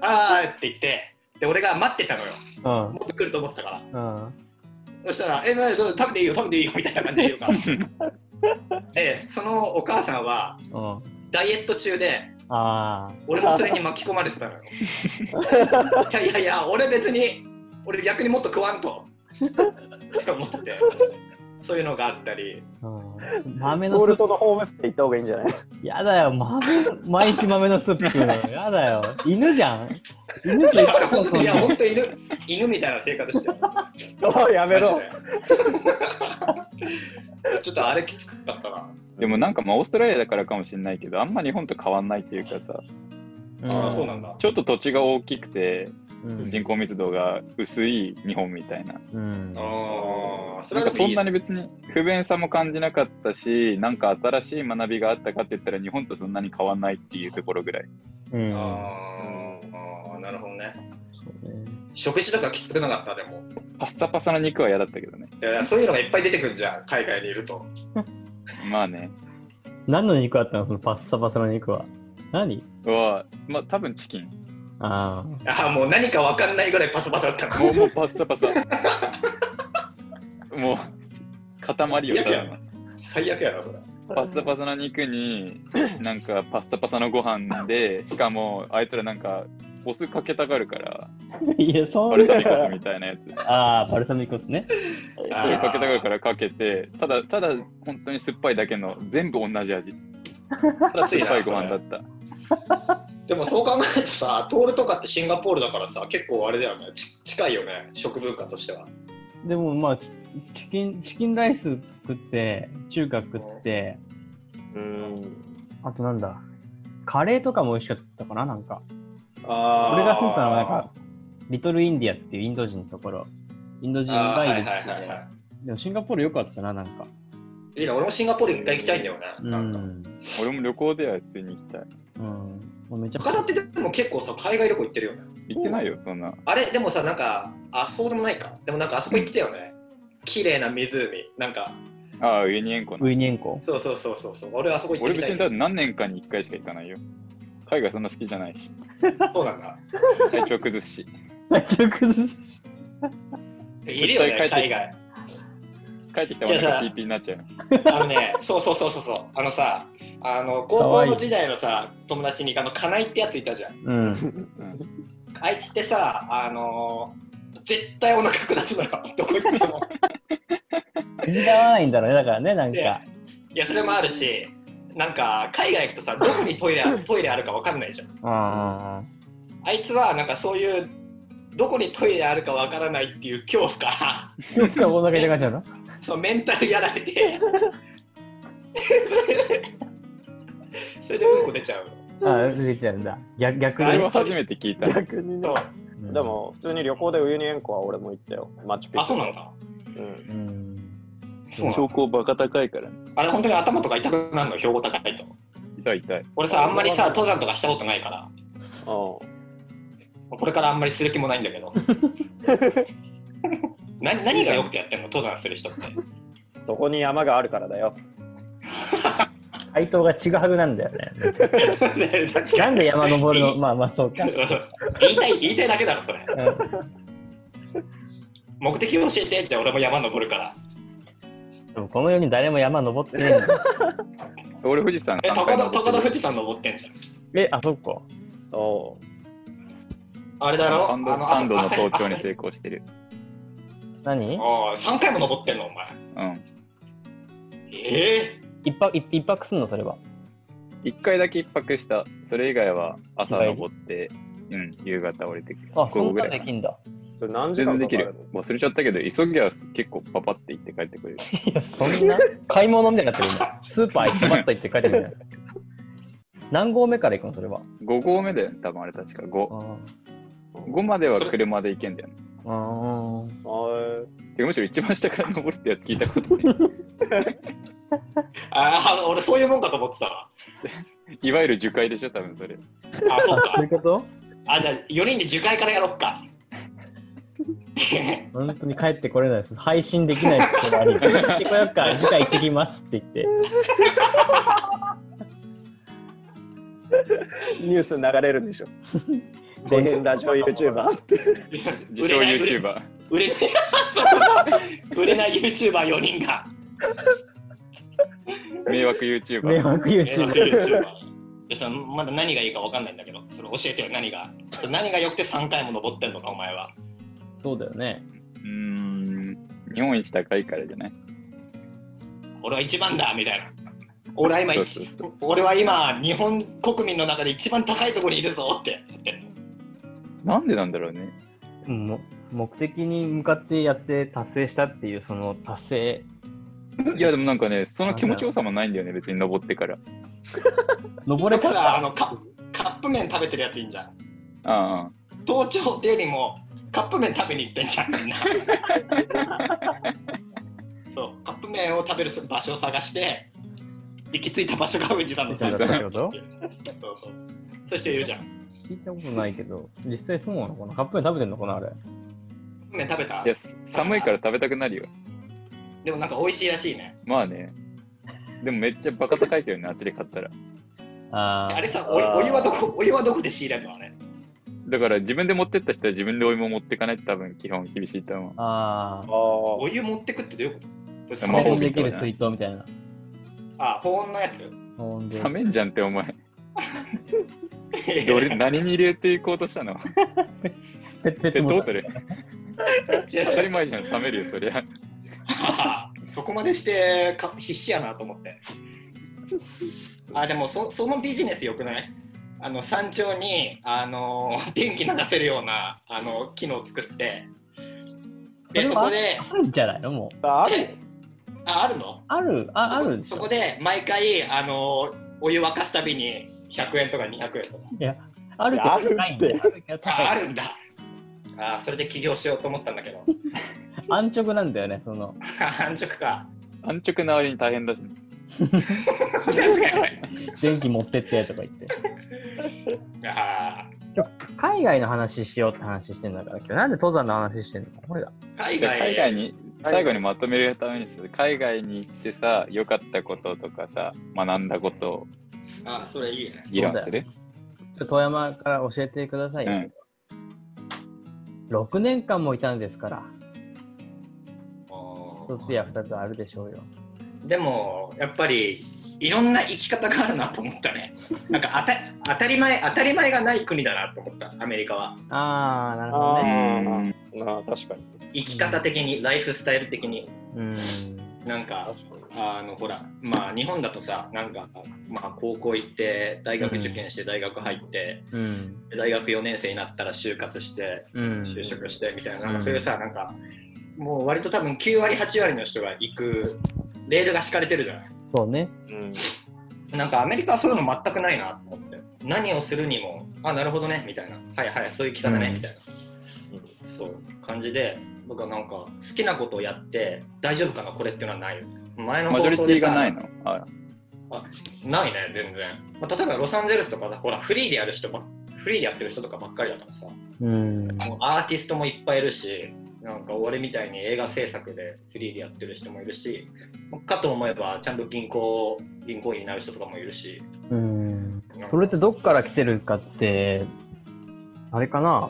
[SPEAKER 3] あーって言って、で、俺が待ってたのよ。
[SPEAKER 1] うん
[SPEAKER 3] もっと来ると思ってたから。
[SPEAKER 1] うん。
[SPEAKER 3] そしたら、え、なにそれ食べていいよ、食べていいよ、みたいな感じで言うから。で、そのお母さんは、
[SPEAKER 1] うん。
[SPEAKER 3] ダイエット中で、
[SPEAKER 1] ああ。
[SPEAKER 3] 俺もそれに巻き込まれてたのよ。いやいやいや、俺別に、俺逆にもっと食わんと、って思ってて。そういうのがあったり、
[SPEAKER 1] うん豆
[SPEAKER 4] ト
[SPEAKER 1] の
[SPEAKER 4] ール
[SPEAKER 1] スー
[SPEAKER 4] ソのホームステイ行った方がいいんじゃない
[SPEAKER 1] プ。やだよ、豆、毎日豆のスープ。やだよ。犬じゃん。犬と一
[SPEAKER 3] いや、
[SPEAKER 1] 緒
[SPEAKER 3] 本当
[SPEAKER 1] そん
[SPEAKER 3] いや
[SPEAKER 1] な
[SPEAKER 3] 本当犬、犬みたいな生活してる。
[SPEAKER 4] お いやめろ。
[SPEAKER 3] マジでちょっとあれきつかったな。
[SPEAKER 2] でもなんかまあオーストラリアだからかもしれないけど、あんま日本と変わんないっていうかさ、
[SPEAKER 3] あ
[SPEAKER 1] う
[SPEAKER 3] あ、
[SPEAKER 1] ん
[SPEAKER 3] そうなんだ。
[SPEAKER 2] ちょっと土地が大きくて
[SPEAKER 1] うん
[SPEAKER 2] 人口密度が薄い日本みたいな。
[SPEAKER 1] うん
[SPEAKER 3] ああ、そ
[SPEAKER 2] なんか
[SPEAKER 3] れは
[SPEAKER 2] そんなに
[SPEAKER 3] に。
[SPEAKER 2] 別に不便さも感じなかったし、なんか新しい学びがあったかって言ったら日本とそんなに変わんないっていうところぐらい。
[SPEAKER 1] うん
[SPEAKER 3] あーあー、なるほどね。
[SPEAKER 1] そうね
[SPEAKER 3] 食事とかきつくなかった、でも。
[SPEAKER 2] パッサパサな肉は嫌だったけどね。
[SPEAKER 3] いやそういうのがいっぱい出てくるじゃん、海外にいると。
[SPEAKER 2] まあね。
[SPEAKER 1] 何の肉あったのそのパッサパサの肉は。何
[SPEAKER 2] は、まあ多分チキン。
[SPEAKER 1] あ
[SPEAKER 3] ああ、もう何かわかんないぐらいパサパサだったの。
[SPEAKER 2] もうもうパッサ パサ。もう、塊よ
[SPEAKER 3] やけや
[SPEAKER 2] 多分
[SPEAKER 3] 最悪や な、それ。
[SPEAKER 2] パッサパサな肉に、なんかパッサパサのご飯で、しかもあいつらなんか、お酢かけたがるか
[SPEAKER 1] あ。
[SPEAKER 2] ら、
[SPEAKER 1] いや、そ
[SPEAKER 2] バ
[SPEAKER 1] う
[SPEAKER 2] ルサミコ酢みたいなやつ。
[SPEAKER 1] ああ、バルサミコ酢ね。
[SPEAKER 3] あ
[SPEAKER 2] それ
[SPEAKER 3] ー
[SPEAKER 2] かけたがるからかけて、ただ、ただ、本当に酸っぱいだけの、全部同じ味。た だ酸っぱいご飯だった。
[SPEAKER 3] でもそう考えるとさ、トールとかってシンガポールだからさ、結構あれだよね、ち近いよね、食文化としては。
[SPEAKER 1] でもまあ、チチキン、チキンライス食って、中華食って、
[SPEAKER 4] うん。
[SPEAKER 1] あとなんだ、カレーとかも美味しかったかな、なんか。
[SPEAKER 3] あ
[SPEAKER 1] 俺が住んでたのはなんか、リトルインディアっていうインド人のところ。インド人
[SPEAKER 3] あー
[SPEAKER 1] が
[SPEAKER 3] は
[SPEAKER 1] る
[SPEAKER 3] いい
[SPEAKER 1] 地
[SPEAKER 3] はい
[SPEAKER 1] 区
[SPEAKER 3] はい
[SPEAKER 1] で
[SPEAKER 3] は。
[SPEAKER 1] でもシンガポール良かったな、なんか。
[SPEAKER 3] い。いいな、俺もシンガポール一回行きたいんだよね。
[SPEAKER 1] う
[SPEAKER 3] なんか
[SPEAKER 1] ん。
[SPEAKER 2] 俺も旅行では普通に行きたい。
[SPEAKER 1] うん。もうめちゃくち
[SPEAKER 3] 他
[SPEAKER 1] ゃ
[SPEAKER 3] だってでも結構さ、海外旅行行ってるよね。
[SPEAKER 2] 行ってないよ、そんな。
[SPEAKER 3] あれ、でもさ、なんか、あ、そうでもないか。でもなんかあそこ行ってたよね。綺麗な湖。なんか、
[SPEAKER 2] ああ、ウユニ塩湖の
[SPEAKER 1] ウイニエン コ。
[SPEAKER 3] そうそうそうそう。そう俺あそこ行っ
[SPEAKER 2] 俺
[SPEAKER 3] てみ
[SPEAKER 2] 別
[SPEAKER 3] たい
[SPEAKER 2] に
[SPEAKER 3] ん
[SPEAKER 2] だ
[SPEAKER 3] だ
[SPEAKER 2] って何
[SPEAKER 3] よ。
[SPEAKER 2] 年かに1回しか行かないよ。海外そんな好きじゃないし、
[SPEAKER 3] そうなんだ。
[SPEAKER 2] 体調崩すし。
[SPEAKER 1] 体調崩すし。
[SPEAKER 3] いるよね、
[SPEAKER 2] 絶対帰って
[SPEAKER 3] 海外。
[SPEAKER 2] 帰ってきたらお腹
[SPEAKER 3] いやさ
[SPEAKER 2] PP になっちゃう。
[SPEAKER 3] あのね、 そうそうそうそうそう。あのさ、あの、高校の時代のさ、友達に、あの、カナイってやついたじゃん。
[SPEAKER 1] うん。
[SPEAKER 3] あいつってさ、あのー絶対お腹下すのよ、 どこ行っても。
[SPEAKER 1] 気づかないんだろうね、だからね、なん
[SPEAKER 3] で
[SPEAKER 1] か。
[SPEAKER 3] いや、それもあるし、なんか、海外行くとさ、どこにト イレあトイレあるかわかんないじゃん。
[SPEAKER 1] あ
[SPEAKER 3] あいつは、なんかそういう、どこにトイレあるかわからないっていう恐怖から、
[SPEAKER 1] あ。どっからお腹痛くなっちゃうの
[SPEAKER 3] そのメンタルやられて、 それでうんこ出ちゃうの。
[SPEAKER 1] ああ、出てきちゃうんだ。逆逆に
[SPEAKER 2] それ。は初めて聞いた。
[SPEAKER 4] 逆にね
[SPEAKER 3] そう。
[SPEAKER 1] うん
[SPEAKER 4] で、も普通に旅行でウユニ塩湖は俺も行ったよ。マチュピ
[SPEAKER 3] あ、
[SPEAKER 4] チュ。
[SPEAKER 3] そうなんだ。
[SPEAKER 4] うん。
[SPEAKER 1] うん。
[SPEAKER 3] そうなんだ
[SPEAKER 2] 標高バカ高いから、ね、
[SPEAKER 3] あれ、本当に頭とか痛くなるの、標高高いと。
[SPEAKER 2] 痛い痛い。
[SPEAKER 3] 俺さ、あんまりさ、登山とかしたことないから。
[SPEAKER 4] う
[SPEAKER 3] これからあんまりする気もないんだけど。 な何がよくてやってんの登山する人って。
[SPEAKER 4] ん。そこに山があるからだよ。
[SPEAKER 1] 回答がちぐはぐなんだよね。な
[SPEAKER 3] なん
[SPEAKER 1] で山登るの
[SPEAKER 3] 言
[SPEAKER 1] まあまあそうか。
[SPEAKER 3] いたい言いたいだけだろ、それ。
[SPEAKER 1] う
[SPEAKER 3] 目的を教えてって俺も山登るから。
[SPEAKER 1] んでもこの世に誰も山登ってないんだ。
[SPEAKER 2] 俺富士山
[SPEAKER 3] え、
[SPEAKER 2] 3
[SPEAKER 3] 高
[SPEAKER 2] 回
[SPEAKER 3] 田
[SPEAKER 2] 登
[SPEAKER 3] 高田
[SPEAKER 2] って
[SPEAKER 3] 富士山登ってんじゃん。
[SPEAKER 1] え、あそっか。
[SPEAKER 4] おう
[SPEAKER 3] あれだろ
[SPEAKER 2] 3度3度の登頂に成功してる。
[SPEAKER 1] 何
[SPEAKER 3] 功。3回も登ってんの、お前。
[SPEAKER 2] うん。
[SPEAKER 3] え
[SPEAKER 1] 一泊一一泊すんのそれは。
[SPEAKER 2] 1回だけ1泊した。それ以外は朝登って、うん、夕方降りてくる。
[SPEAKER 1] あ、
[SPEAKER 2] 午
[SPEAKER 1] そ
[SPEAKER 2] 後
[SPEAKER 1] ん
[SPEAKER 2] ぐ
[SPEAKER 1] な
[SPEAKER 2] ら
[SPEAKER 1] んで
[SPEAKER 2] いか
[SPEAKER 1] き
[SPEAKER 2] な。
[SPEAKER 1] んだ。
[SPEAKER 4] それ何時
[SPEAKER 2] 全
[SPEAKER 4] 間
[SPEAKER 2] 然
[SPEAKER 4] か
[SPEAKER 2] で
[SPEAKER 4] か
[SPEAKER 2] き
[SPEAKER 4] る
[SPEAKER 2] る。忘れちゃったけど、急ぎは結構パパって行って帰ってくる。
[SPEAKER 1] いや、そんな買い物みたいになってる今。スーパー行ってばっと行って帰ってくるね。何合目から行くのそれは。
[SPEAKER 2] 5合目だよね、多分あれ確か5。
[SPEAKER 1] あ
[SPEAKER 2] 5までは車で行けんだよね。
[SPEAKER 1] あ。あ
[SPEAKER 4] のはい
[SPEAKER 2] てかむしろ一番下から登るってやつ聞いたことない。
[SPEAKER 3] ー、ああの俺そういうもんかと思ってたわ。
[SPEAKER 2] いわゆる樹海でしょ、多分それ。
[SPEAKER 3] あ、そう
[SPEAKER 1] あ。そう
[SPEAKER 3] か
[SPEAKER 1] いう。こと
[SPEAKER 3] あ、じゃあ4人で樹海からやろっか。
[SPEAKER 1] 本当に帰ってこれないです。配信できないってことあり。行ってこよっか、次回行ってきますって言って。
[SPEAKER 4] ニュース流れるで しょ。電変ラジオ YouTuber って。
[SPEAKER 2] 自称 YouTuber。
[SPEAKER 3] 売れ 売れない YouTuber4 人が。
[SPEAKER 2] 迷惑 YouTuber。
[SPEAKER 1] 迷惑
[SPEAKER 3] 迷惑
[SPEAKER 1] YouTube。
[SPEAKER 3] YouTuber でさまだ何がいいか分かんないんだけど、それ教えてよ、何が。何が良くて3回も登ってんのか、お前は。
[SPEAKER 1] そうだよね。
[SPEAKER 2] うーん、日本一高いからじゃない
[SPEAKER 3] 俺は一番だみたいな。俺は今
[SPEAKER 2] そうそうそう
[SPEAKER 3] 俺は今日本国民の中で一番高いところにいるぞって
[SPEAKER 2] なんでなんだろうね。
[SPEAKER 1] うんも目的に向かってやって達成したっていうその達成
[SPEAKER 2] いやでもなんかね、その気持ちよさもないんだよね、別に登ってから。
[SPEAKER 1] 登れ
[SPEAKER 3] た
[SPEAKER 1] た
[SPEAKER 3] だあのカカップ麺食べてるやついいんじゃん
[SPEAKER 2] あ
[SPEAKER 3] 盗聴っていうよりもカップ麺食べに行ってんじゃん みんなそうカップ麺を食べる場所を探して行き着いた場所が富士山の
[SPEAKER 1] みた
[SPEAKER 3] 山
[SPEAKER 1] いな
[SPEAKER 3] 頂
[SPEAKER 1] ってこと
[SPEAKER 3] そうそうそうしているじゃんカ
[SPEAKER 1] 聞いたことないけど実際そうなのかなカップ麺食べてんのかなあれ
[SPEAKER 3] ップ麺食べ
[SPEAKER 2] あ
[SPEAKER 3] た
[SPEAKER 2] いや、す寒いから食べたくなるよ。
[SPEAKER 3] でもなんか美味しいらしいね
[SPEAKER 2] まあね。でもめっちゃバカ高いけどね、あっちで買ったら。
[SPEAKER 1] あー
[SPEAKER 3] あれさお湯お湯はどこお湯はどこで仕入れるのあれ
[SPEAKER 2] だから自分で持ってった人は自分でお芋持ってかないと多分基本厳しいと思う。
[SPEAKER 1] あー
[SPEAKER 4] あ
[SPEAKER 3] お湯持ってくってどういうこと
[SPEAKER 2] あ魔
[SPEAKER 1] 保
[SPEAKER 2] 法
[SPEAKER 1] 温
[SPEAKER 2] み
[SPEAKER 1] でき
[SPEAKER 2] たいな
[SPEAKER 1] る水筒みたいな
[SPEAKER 3] あ保温のやつ
[SPEAKER 1] 保温で
[SPEAKER 2] 冷めんじゃんってお前。ど れ何に入れていこうとした の
[SPEAKER 1] ペッペ
[SPEAKER 2] ペ
[SPEAKER 1] ッ
[SPEAKER 2] ッ
[SPEAKER 1] ト
[SPEAKER 2] ト
[SPEAKER 1] ボ
[SPEAKER 2] ボ
[SPEAKER 1] ト
[SPEAKER 2] ト
[SPEAKER 1] ル
[SPEAKER 2] ル
[SPEAKER 3] 違う
[SPEAKER 2] 当たり前じゃん、冷めるよ、そりゃ。
[SPEAKER 3] そこまでしてか必死やなと思ってあでもそそのビジネスよくないあの山頂にあの 電気流せるようなあの機能を作ってで
[SPEAKER 1] それ
[SPEAKER 3] そ
[SPEAKER 1] は
[SPEAKER 3] こで
[SPEAKER 1] あるんじゃないのもう
[SPEAKER 4] あ。ある
[SPEAKER 3] えああるの
[SPEAKER 1] あるああるでし
[SPEAKER 3] そ
[SPEAKER 1] ょ
[SPEAKER 3] こで毎回あのお湯沸かすたびに100円とか200円とか
[SPEAKER 1] いやあるけど
[SPEAKER 4] あるって
[SPEAKER 1] 高いんだよあるけど
[SPEAKER 3] ああ
[SPEAKER 1] 高い
[SPEAKER 3] るんだあそれで起業しようと思ったんだけど
[SPEAKER 1] 安直なんだよねその
[SPEAKER 3] 半 熟か
[SPEAKER 2] 安直な割に大変だし。
[SPEAKER 3] 確かに
[SPEAKER 1] 電気持ってってとか言って
[SPEAKER 3] あ
[SPEAKER 1] 海外の話しようって話してんだから今日なんで登山の話してんのこれだ
[SPEAKER 3] ー海
[SPEAKER 2] じゃあ
[SPEAKER 3] 外
[SPEAKER 2] 海外に、最後にまとめるためにさ海外に行ってさ、良かったこととかさ、学んだことを
[SPEAKER 3] あそれいいね
[SPEAKER 2] 議論する。
[SPEAKER 1] ちょっと富山から教えてください、
[SPEAKER 2] うん
[SPEAKER 1] 6年間もいたんですから一つや
[SPEAKER 3] あ
[SPEAKER 1] 二つあるでしょうよ
[SPEAKER 3] ーでもやっぱりいろんな生き方があるなと思った ねなんか当た当たり前当たり前がない国だなと思ったアメリカは
[SPEAKER 1] ああなるほど
[SPEAKER 4] う
[SPEAKER 1] ね
[SPEAKER 4] んああ、確かに。
[SPEAKER 3] 生き方的にライフスタイル的に
[SPEAKER 1] うん
[SPEAKER 3] なんか
[SPEAKER 4] 確かに。
[SPEAKER 3] あのほらまあ日本だとさなんか、まあ、高校行って大学受験して大学入って、
[SPEAKER 1] うん
[SPEAKER 3] で大学4年生になったら就活して
[SPEAKER 1] うん
[SPEAKER 3] 就職してみたいな,、
[SPEAKER 1] うん
[SPEAKER 3] なんかそういうさなんかもう割と多分9割8割の人が行くレールが敷かれてるじゃない
[SPEAKER 1] そうね
[SPEAKER 4] うん。
[SPEAKER 3] なんかアメリカはそういうの全くないなと思って何をするにもあなるほどねみたいなはいはいそういう生き方ね、
[SPEAKER 1] うん
[SPEAKER 3] みたいなそう感じで僕はなんか好きなことをやって大丈夫かなこれっていうのはないよね前の
[SPEAKER 2] マジョリティがない
[SPEAKER 3] の
[SPEAKER 2] のあ
[SPEAKER 3] ないね全然、まあ、例えばロサンゼルスとかさほらフリーでやる人ばっフリーでやってる人とかばっかりだからさ
[SPEAKER 1] うん
[SPEAKER 3] もうアーティストもいっぱいいるしなんか俺みたいに映画制作でフリーでやってる人もいるしかと思えばちゃんと銀行銀行員になる人とかもいるし
[SPEAKER 1] うん
[SPEAKER 3] なんか
[SPEAKER 1] それってどっから来てるかってあれかな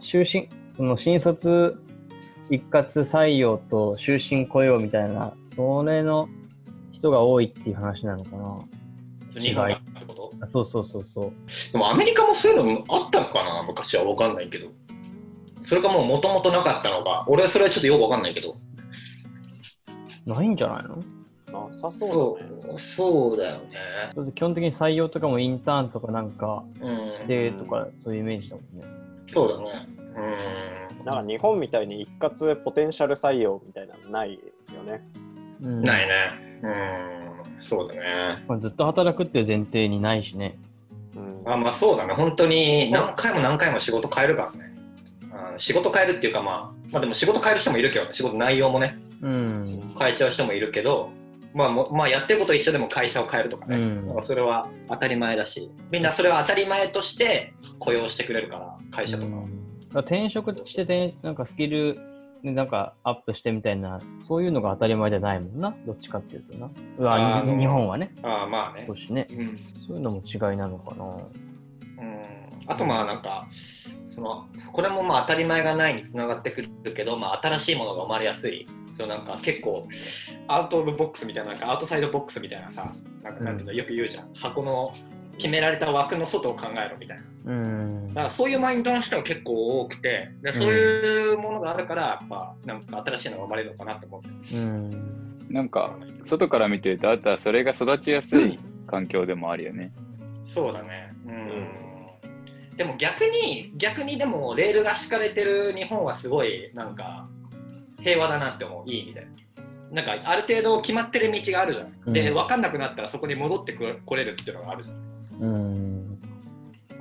[SPEAKER 1] 終身その新卒一括採用と終身雇用みたいなそれの人が多いっていう話なのかな
[SPEAKER 3] 日本がってこと
[SPEAKER 1] あそうそうそうそう
[SPEAKER 3] でもアメリカもそういうのあったのかな昔は分かんないけどそれかもうもともとなかったのか俺はそれはちょっとよく分かんないけど
[SPEAKER 1] ないんじゃないの
[SPEAKER 4] なさそうだね。
[SPEAKER 3] うそうだよね
[SPEAKER 1] だって基本的に採用とかもインターンとかなんか
[SPEAKER 3] うん
[SPEAKER 1] でとかそういうイメージだもんね。
[SPEAKER 3] そうだね
[SPEAKER 4] なんか日本みたいに一括ポテンシャル採用みたいなのないよね。
[SPEAKER 1] うん
[SPEAKER 3] うんないねうんそうだね
[SPEAKER 1] まあずっと働くっていう前提にないしね。
[SPEAKER 4] うん。
[SPEAKER 3] あまあそうだね本当に何回も何回も仕事変えるからねあの仕事変えるっていうかまあまあでも仕事変える人もいるけどね仕事内容もね
[SPEAKER 1] うん。
[SPEAKER 3] 変えちゃう人もいるけどまあもまあやってること一緒でも会社を変えるとかね、
[SPEAKER 1] うん
[SPEAKER 3] なんかそれは当たり前だしみんなそれは当たり前として雇用してくれるから会社とかは、
[SPEAKER 1] だから転職して転なんかスキルでなんかアップしてみたいなそういうのが当たり前じゃないもんなどっちかっていうとな。うわ
[SPEAKER 3] あー
[SPEAKER 1] に日本はね
[SPEAKER 3] ああまあね
[SPEAKER 1] 少しね
[SPEAKER 3] うん、うん、
[SPEAKER 1] そういうのも違いなのかな。
[SPEAKER 3] あとまあなんかそのこれもまあ当たり前がないにつながってくるけど、まあ、新しいものが生まれやすいそうなんか結構アウト・オブ・ボックスみたいななんかアウトサイドボックスみたいなさなんかなんていうのよく言うじゃん、箱の決められた枠の外を考えろみたいな。
[SPEAKER 1] うん
[SPEAKER 3] だからそういうマインドの人が結構多くて、でそういうものがあるから、やっぱ、なんか新しいのが生まれるのかなと思って。
[SPEAKER 1] うん
[SPEAKER 2] なんか外から見てるとあとはそれが育ちやすい環境でもあるよね。
[SPEAKER 3] そうだね。うん。でも逆に、逆にでも、レールが敷かれてる日本はすごい、なんか、平和だなって思う。いい意味で。なんか、ある程度決まってる道があるじゃん。で、
[SPEAKER 1] うん
[SPEAKER 3] 分かんなくなったらそこに戻ってく来れるっていうのがあるじゃん。
[SPEAKER 1] うん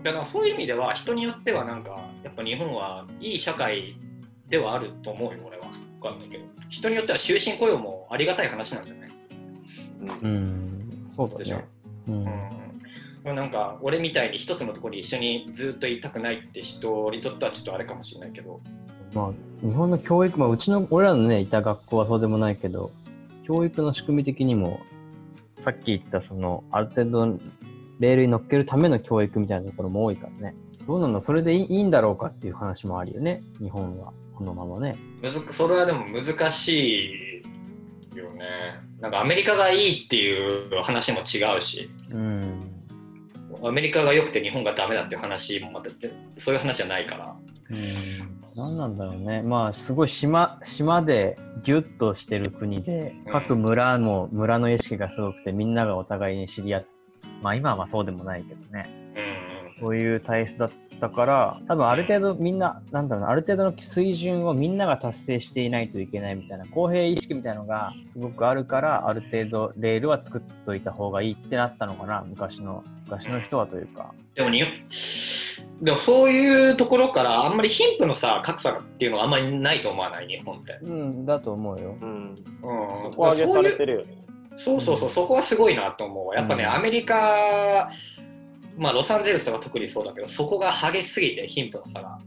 [SPEAKER 3] だからそういう意味では人によってはなんかやっぱ日本はいい社会ではあると思うよ俺は分かんないけど人によっては終身雇用もありがたい話なんじゃない
[SPEAKER 1] うんそうだ
[SPEAKER 3] でしょ
[SPEAKER 1] ね、うん
[SPEAKER 3] うんでもなんか俺みたいに一つのところに一緒にずっといたくないって人にとってはちょっとあれかもしれないけど
[SPEAKER 1] まあ、日本の教育もうちの俺らのねいた学校はそうでもないけど教育の仕組み的にもさっき言ったそのある程度レールに乗っけるための教育みたいなところも多いからねどうなんだそれでいいいいんだろうかっていう話もあるよね日本はこのままね
[SPEAKER 3] むずそれはでも難しいよねなんかアメリカがいいっていう話も違うし
[SPEAKER 1] うん
[SPEAKER 3] アメリカが良くて日本がダメだっていう話もまたぜそういう話じゃないから
[SPEAKER 1] うん何なんだろうねまあすごい島島でギュッとしてる国で
[SPEAKER 3] うん
[SPEAKER 1] 各村も村の意識がすごくてみんながお互いに知り合ってまあ今はそうでもないけどね
[SPEAKER 3] うん
[SPEAKER 1] そういう体質だったから多分ある程度みんななんだろうなある程度の水準をみんなが達成していないといけないみたいな公平意識みたいのがすごくあるからある程度レールは作っといた方がいいってなったのかな昔の昔の人はというか。
[SPEAKER 3] でもにでもそういうところからあんまり貧富のさ格差っていうのはあんまりないと思わない日本って、
[SPEAKER 1] うん、だと思うよ。
[SPEAKER 4] うん、
[SPEAKER 3] うん
[SPEAKER 4] そこ上げされて
[SPEAKER 3] る
[SPEAKER 4] るよね。
[SPEAKER 3] そういうそうそうそうそこはすごいなと思うわやっぱね、
[SPEAKER 1] うん
[SPEAKER 3] アメリカまあロサンゼルスとか特にそうだけどそこが激しすぎて貧富の差が
[SPEAKER 1] あ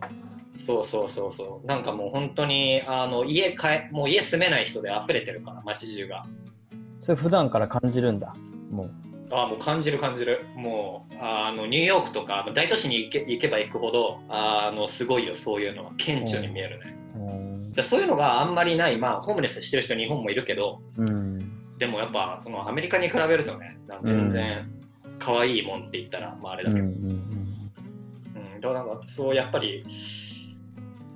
[SPEAKER 1] あ。
[SPEAKER 3] そうそうそうそうなんかもう本当にあの家かえもう家住めない人で溢れてるから街中が
[SPEAKER 1] それ普段から感じるんだ。も
[SPEAKER 3] ああもう感じる感じるもうあのニューヨークとか大都市に行け行けば行くほどあのすごいよそういうのは顕著に見えるね、
[SPEAKER 1] う。うん。
[SPEAKER 3] でそういうのがあんまりない、まあ、ホームレスしてる人、日本もいるけど、
[SPEAKER 1] うん。
[SPEAKER 3] でもやっぱそのアメリカに比べるとね、なんか全然可愛いもんって言ったら、まあ、あれ
[SPEAKER 1] う
[SPEAKER 3] だ
[SPEAKER 1] ん
[SPEAKER 3] け
[SPEAKER 1] う
[SPEAKER 3] ど、うん
[SPEAKER 1] ん
[SPEAKER 3] だからなんかそうやっぱり、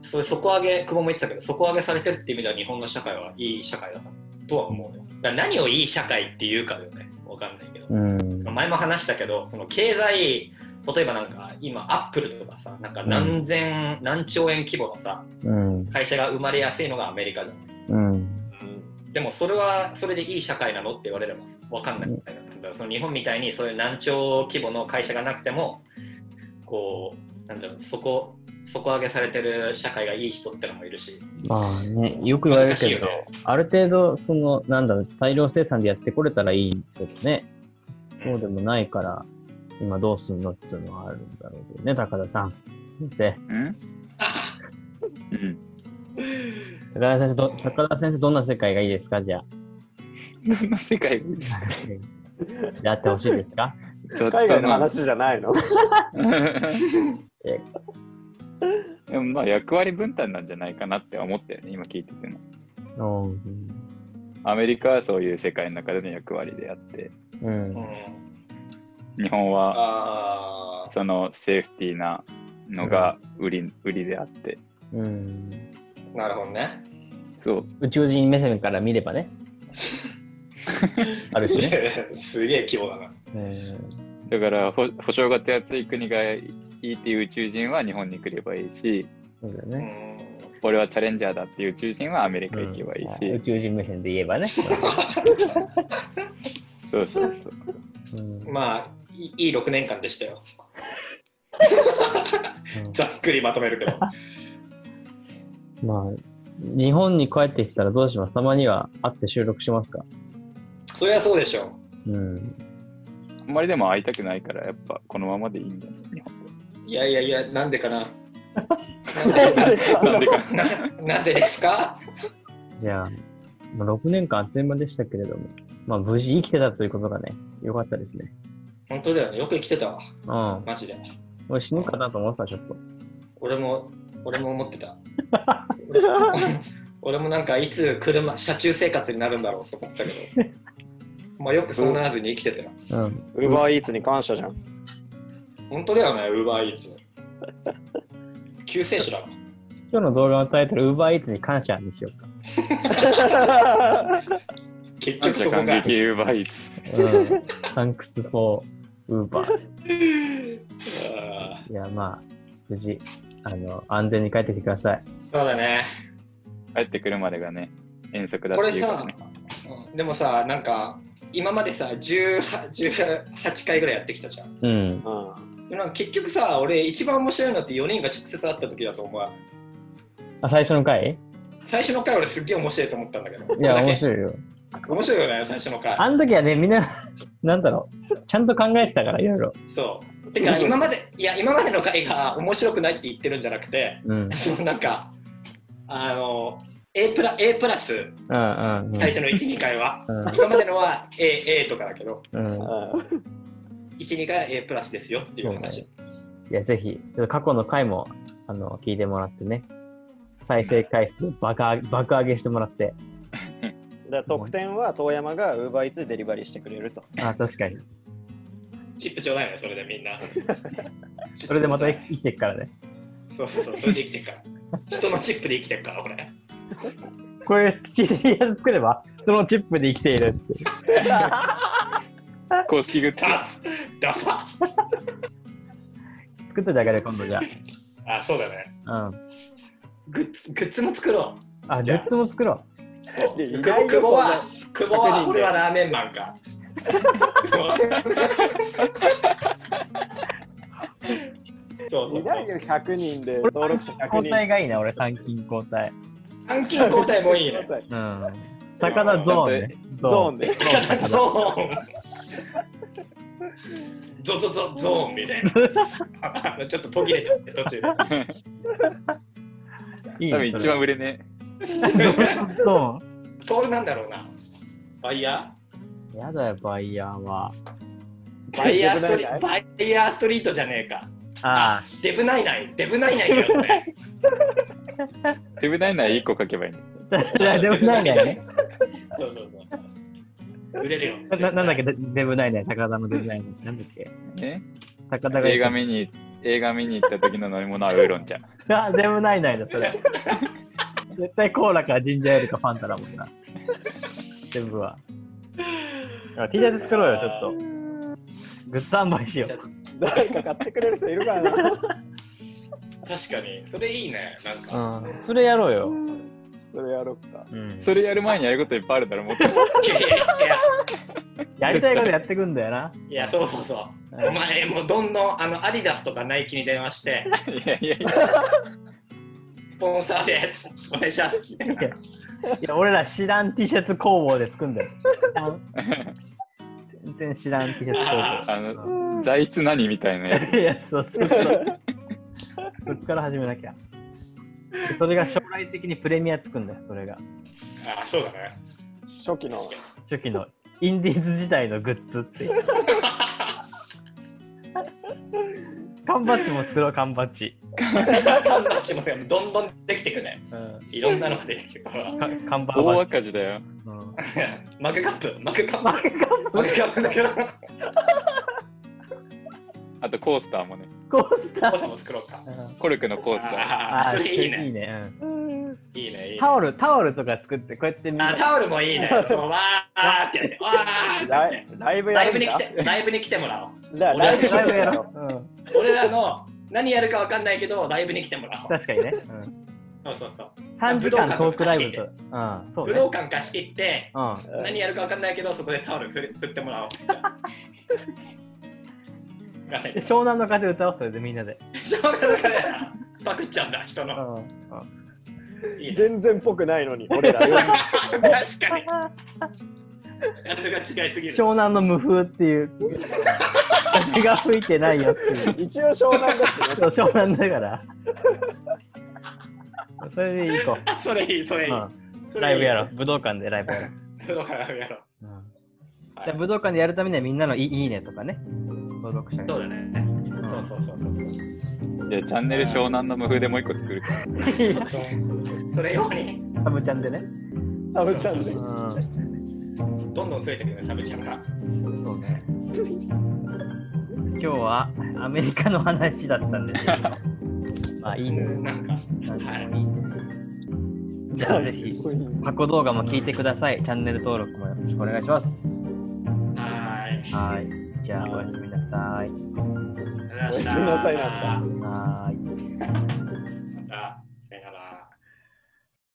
[SPEAKER 3] そういう底上げ、久保も言ってたけど、底上げされてるっていう意味では、日本の社会はいい社会だととは思うよ。だから何をいい社会っていうかだよね、わかんないけど。
[SPEAKER 1] うん。うん
[SPEAKER 3] 前も話したけど、その経済、例えばなんか今、アップルとかさ、なんか何千、何兆円規模のさ、
[SPEAKER 1] うん。
[SPEAKER 3] 会社が生まれやすいのがアメリカじゃん。
[SPEAKER 1] うん。
[SPEAKER 3] でもそれはそれでいい社会なのって言われれば分かんないだからその日本みたいにそういう難聴規模の会社がなくてもこうなんだろうそこ底上げされてる社会がいい人ってのもいるし
[SPEAKER 1] まあね、よく言われるけど、
[SPEAKER 3] 難
[SPEAKER 1] ある程度、その、なんだろう、大量生産でやってこれたらいいけどね、そうでもないから、今どうすんのっていうのはあるんだろうけどね、高田さん。で
[SPEAKER 2] うんうん
[SPEAKER 1] 高田先生ど、高田先生、どんな世界がいいですかじ ゃあ。
[SPEAKER 2] どんな世界
[SPEAKER 1] やってほしいですか
[SPEAKER 2] 雑だ
[SPEAKER 4] 海外の
[SPEAKER 2] な。
[SPEAKER 4] 話じゃないの
[SPEAKER 2] でもまあ役割分担なんじゃないかなって思ったよね、今聞いてても。
[SPEAKER 1] うん。
[SPEAKER 2] アメリカはそういう世界の中での役割であって、
[SPEAKER 1] う。
[SPEAKER 3] うんん、
[SPEAKER 2] 日本は
[SPEAKER 3] あ
[SPEAKER 2] そのセーフティーなのが売り,、売りであって、
[SPEAKER 1] うん。
[SPEAKER 3] あなるほどね
[SPEAKER 2] そう、
[SPEAKER 1] 宇宙人目線から見れば ね。あるしね。
[SPEAKER 3] すげえ規模だな
[SPEAKER 1] うん
[SPEAKER 2] だからほ保証が手厚い国がいいっていう宇宙人は日本に来ればいいし、
[SPEAKER 1] そうだよ
[SPEAKER 3] う
[SPEAKER 1] ね。
[SPEAKER 3] ん
[SPEAKER 2] 俺はチャレンジャーだっていう宇宙人はアメリカ行けばいい
[SPEAKER 1] うん宇
[SPEAKER 2] し、
[SPEAKER 1] 宙人目線で言えばね。
[SPEAKER 2] そうそうそう。
[SPEAKER 1] うん
[SPEAKER 3] まあいいいい6年間でしたよ
[SPEAKER 1] うん
[SPEAKER 3] ざっくりまとめるけど
[SPEAKER 1] まあ、日本に帰ってきたらどうしますたまには会って収録しますか
[SPEAKER 3] そりゃそうでしょ
[SPEAKER 1] うん。
[SPEAKER 2] あんまりでも会いたくないから、やっぱこのままでいいんだよ、日本
[SPEAKER 3] いやいやいやなんでかな
[SPEAKER 2] で。なんでか。
[SPEAKER 3] ななんでですか
[SPEAKER 1] じゃあ、まあ、6年間あっという間でしたけれども、まあ、無事生きてたということがね、良かったですね。
[SPEAKER 3] 本当だよねよく生きてたわ
[SPEAKER 1] うん。
[SPEAKER 3] マジで
[SPEAKER 1] 俺死ぬかなと思ってた、ちょっと。
[SPEAKER 3] 俺も俺も思ってた 俺もなんかいつ車車中生活になるんだろうと思ったけどまあよくそうならずに生きてたよ。
[SPEAKER 1] うん。
[SPEAKER 4] ウーバーイーツに感謝じゃん。
[SPEAKER 3] 本当だよね、ウーバーイーツ。救世主だわ。
[SPEAKER 1] 今日の動画のタイトル、UberEats に感謝にしようか。
[SPEAKER 3] 結
[SPEAKER 2] 感
[SPEAKER 3] 局
[SPEAKER 2] 謝
[SPEAKER 3] そこ
[SPEAKER 2] 感
[SPEAKER 3] が。
[SPEAKER 2] 激ウーバーイーツ。
[SPEAKER 1] うん。Thanks for Uber。
[SPEAKER 3] うん
[SPEAKER 1] いや、まあ、無事、あの、安全に帰ってきてください。
[SPEAKER 3] そうだね。
[SPEAKER 2] 帰ってくるまでがね、遠足だっ
[SPEAKER 3] これ
[SPEAKER 2] ていうから
[SPEAKER 3] さ
[SPEAKER 2] ね。、
[SPEAKER 3] うんでもさ、なんか、今までさ、18 18回ぐらいやってきたじゃん。
[SPEAKER 1] うん。
[SPEAKER 4] うん
[SPEAKER 3] でもなんか結局さ、俺、一番面白いのって4人が直接会った時だと思う。
[SPEAKER 1] あ、最初の回
[SPEAKER 3] 最初の回、俺、すっげえ面白いと思ったんだけど。
[SPEAKER 1] いや、
[SPEAKER 3] だけ
[SPEAKER 1] 面白いよ。
[SPEAKER 3] 面白いよね、最初の回。
[SPEAKER 1] あの時はね、みんな、なんだろう、ちゃんと考えてたから、いろいろ。
[SPEAKER 3] そう。てか、今まで、いや、今までの回が面白くないって言ってるんじゃなく て、
[SPEAKER 1] うん。
[SPEAKER 3] そのなんか、あの、A プラ A プラス、
[SPEAKER 1] うんうんうん。
[SPEAKER 3] 最初の1、2回 は。
[SPEAKER 1] うん
[SPEAKER 3] 今までのは A, A とかだけど、
[SPEAKER 1] うん
[SPEAKER 4] う。
[SPEAKER 3] 1、2回は A プラスですよっていう話。
[SPEAKER 1] いや、ぜひ、ちょっと過去の回も、あの、聞いてもらってね。再生回数爆上げ爆上げしてもらって。
[SPEAKER 4] んで得点は遠山がウーバーイーツでデリバリーしてくれると。
[SPEAKER 1] あ、確かに。
[SPEAKER 3] チップちょうだいね、それでみん な。
[SPEAKER 1] それでまた生き生きていくからね。
[SPEAKER 3] そうそうそう、それで生きてる から。人のチップで生きてるから、俺。
[SPEAKER 1] これ、チリアル作れば、そのチップで生きているって。
[SPEAKER 2] 公式グッズ。
[SPEAKER 3] ダダファ
[SPEAKER 1] 作ってだけで今度じゃ
[SPEAKER 3] あ、そうだね。
[SPEAKER 1] あ。うん。
[SPEAKER 3] グッズグッズも作ろ
[SPEAKER 1] あ、
[SPEAKER 3] じ
[SPEAKER 1] グ
[SPEAKER 3] ゃあ
[SPEAKER 1] ッズも作ろう。
[SPEAKER 3] う。
[SPEAKER 4] で
[SPEAKER 3] 久
[SPEAKER 4] 意
[SPEAKER 3] 保
[SPEAKER 4] 外と
[SPEAKER 3] 久保は
[SPEAKER 4] こ、
[SPEAKER 3] 久保
[SPEAKER 4] 確認
[SPEAKER 3] は、
[SPEAKER 4] で
[SPEAKER 3] 俺はラーメンマンか。そうそう
[SPEAKER 4] いないよ100人で
[SPEAKER 1] 俺
[SPEAKER 4] 登録者100
[SPEAKER 1] 交代
[SPEAKER 4] 人。
[SPEAKER 1] がいいな、俺、参勤交代。
[SPEAKER 3] 換金交代もいいね。
[SPEAKER 1] うん。高田ゾーンね。ゾ
[SPEAKER 4] ゾー
[SPEAKER 1] ン。
[SPEAKER 4] ンで。
[SPEAKER 3] ゾーン。ゾゾゾゾーンみたいな。 ちょっと途切れて途中で。
[SPEAKER 1] いい
[SPEAKER 2] 多
[SPEAKER 1] ねそ
[SPEAKER 2] 分一
[SPEAKER 1] れ
[SPEAKER 2] 番売れね
[SPEAKER 1] ゾ
[SPEAKER 3] トールなんだろうな。バイヤ
[SPEAKER 1] ーン。やだよ、バイヤーは。
[SPEAKER 3] ーバイヤーストリバイヤーストリートじゃねえか。
[SPEAKER 1] ああ、
[SPEAKER 3] デブナイナイ、デブナイナイだよ、それ。
[SPEAKER 2] え。手ぶないなら1個書けばいいね。
[SPEAKER 1] デブナイナイね。
[SPEAKER 3] そうそうそう。売れるよ。
[SPEAKER 1] なななんだっけ、デデブナイナイ、高田のデブナイナイ。なんだっけ、
[SPEAKER 2] ね
[SPEAKER 1] 高田が。
[SPEAKER 2] 映画見に映画見に行った時の飲み物はウーロン茶。
[SPEAKER 1] あ、デブナイナイだ、それ。絶対コーラかジンジャーエールかファンタだもんな。全部は。あ T シャツ作ろうよ、ちょっと。グッズ販売しよう。
[SPEAKER 4] 誰か買ってくれる人いるかな
[SPEAKER 3] 確かに、それいいね。なんか、
[SPEAKER 1] うん。それやろうよ。
[SPEAKER 4] それやろっか。
[SPEAKER 1] うん。
[SPEAKER 2] それやる前にやることいっぱいあるだろ、もっと。
[SPEAKER 3] いやいやいや
[SPEAKER 1] やりたいことやってくんだよな。
[SPEAKER 3] いや、 そうそうそう。お前、もうどんどんあのアディダスとかナイキに電話して、
[SPEAKER 2] いやいやいや。
[SPEAKER 3] スポンサーでお願いし ます。
[SPEAKER 1] いや、俺ら知らん T シャツ工房で作んだよ。 全然知らん T シャツ
[SPEAKER 2] あ
[SPEAKER 1] 工
[SPEAKER 2] の、
[SPEAKER 1] 房。
[SPEAKER 2] 材質何みたいなやつ。
[SPEAKER 1] いや、そうそうそう。そっから始めなきゃ。でそれが将来的にプレミアつくんだよ、それが。
[SPEAKER 3] あ、そうだね。
[SPEAKER 4] 初期の。
[SPEAKER 1] 初期のインディーズ自体のグッズっていう。缶バッジも作ろう、缶バッジ。
[SPEAKER 3] 缶バッジもさどんどんできてくね。
[SPEAKER 1] うん
[SPEAKER 3] いろんなのができてく から。
[SPEAKER 1] か缶バーバッ
[SPEAKER 2] 大
[SPEAKER 1] ジ。
[SPEAKER 2] 赤字だよ。
[SPEAKER 1] うん
[SPEAKER 3] マグカップ、マグカップ。マグカップだけど、
[SPEAKER 2] あとコースターもね。
[SPEAKER 1] コースタ
[SPEAKER 3] お
[SPEAKER 1] ー。
[SPEAKER 3] さも作ろうか。
[SPEAKER 2] コルクのコースタ
[SPEAKER 3] ああ、それいい
[SPEAKER 1] いい
[SPEAKER 3] ね。
[SPEAKER 1] ね。うん
[SPEAKER 3] いいね、いいね。
[SPEAKER 1] タオル、タオルとか作って、こうやってみんな
[SPEAKER 3] あ、タオルもいいね。もうわーってやって、わーってやっ
[SPEAKER 4] ラ
[SPEAKER 3] て
[SPEAKER 4] イ。ライ ブ
[SPEAKER 3] ラ
[SPEAKER 4] や
[SPEAKER 3] イブ
[SPEAKER 4] るん
[SPEAKER 3] に
[SPEAKER 4] だ
[SPEAKER 3] 来て、ライブに来てもらおう。
[SPEAKER 4] だからライブ
[SPEAKER 1] ライブや
[SPEAKER 4] や
[SPEAKER 1] ろ
[SPEAKER 4] ろ。
[SPEAKER 1] う。うん
[SPEAKER 3] 俺らの何やるかわかんないけど、ライブに来てもらおう。
[SPEAKER 1] 確かにね。うん
[SPEAKER 3] そうそうそう。
[SPEAKER 1] 3時間トークライブと。うん、そう
[SPEAKER 3] 武
[SPEAKER 1] ね。
[SPEAKER 3] 道館貸し切って、
[SPEAKER 1] うん
[SPEAKER 3] 何やるかわかんないけど、そこでタオル振る振っても らおう。わかんない
[SPEAKER 1] で
[SPEAKER 3] けど
[SPEAKER 1] 湘南の風歌おう、それでみんなで。
[SPEAKER 3] しょうがないからパクっちゃうんだ、人
[SPEAKER 1] う
[SPEAKER 3] の。
[SPEAKER 1] んうん
[SPEAKER 3] いいね
[SPEAKER 4] 全然ぽくないのに、俺ら。
[SPEAKER 3] 確かに。感度が違いすぎ る。
[SPEAKER 1] 湘南の無風っていう。風が吹いてないよっていう。
[SPEAKER 4] 一応湘南だしね。
[SPEAKER 1] そう湘南だから。それで行こ
[SPEAKER 3] あそれいい、それ
[SPEAKER 1] う。
[SPEAKER 3] いい。
[SPEAKER 1] う
[SPEAKER 3] そ
[SPEAKER 1] ん、
[SPEAKER 3] れ
[SPEAKER 1] ラ
[SPEAKER 3] い
[SPEAKER 1] イ
[SPEAKER 3] い
[SPEAKER 1] ブやろう。。武道館でライブやろう。
[SPEAKER 3] 武道館ライブやろう。
[SPEAKER 1] うん
[SPEAKER 3] はい
[SPEAKER 1] じゃあ武道館でやるためにはみんなのいいいいねとかね。登録者
[SPEAKER 3] そ
[SPEAKER 1] に
[SPEAKER 3] うだね。そうそうそうそうそう。
[SPEAKER 2] ー。いや、チャンネル湘南の無風でもう一個作る。
[SPEAKER 3] それ用に。
[SPEAKER 1] サブちゃんでね。
[SPEAKER 4] サブチャンネ
[SPEAKER 1] う
[SPEAKER 4] ル。
[SPEAKER 1] ん
[SPEAKER 3] どんどん増えてくるね、サブちゃんが。
[SPEAKER 1] そうね。今日はアメリカの話だったんです けどまあいいです。
[SPEAKER 3] なんか、はい。
[SPEAKER 1] じゃあぜひ、過去動画も聞いてください。チャンネル登録もよろしくお願いします。
[SPEAKER 3] はーい。
[SPEAKER 1] はい。じゃあおやすみなさい。
[SPEAKER 3] おや
[SPEAKER 4] おやすみなさいなんだ
[SPEAKER 1] はーい。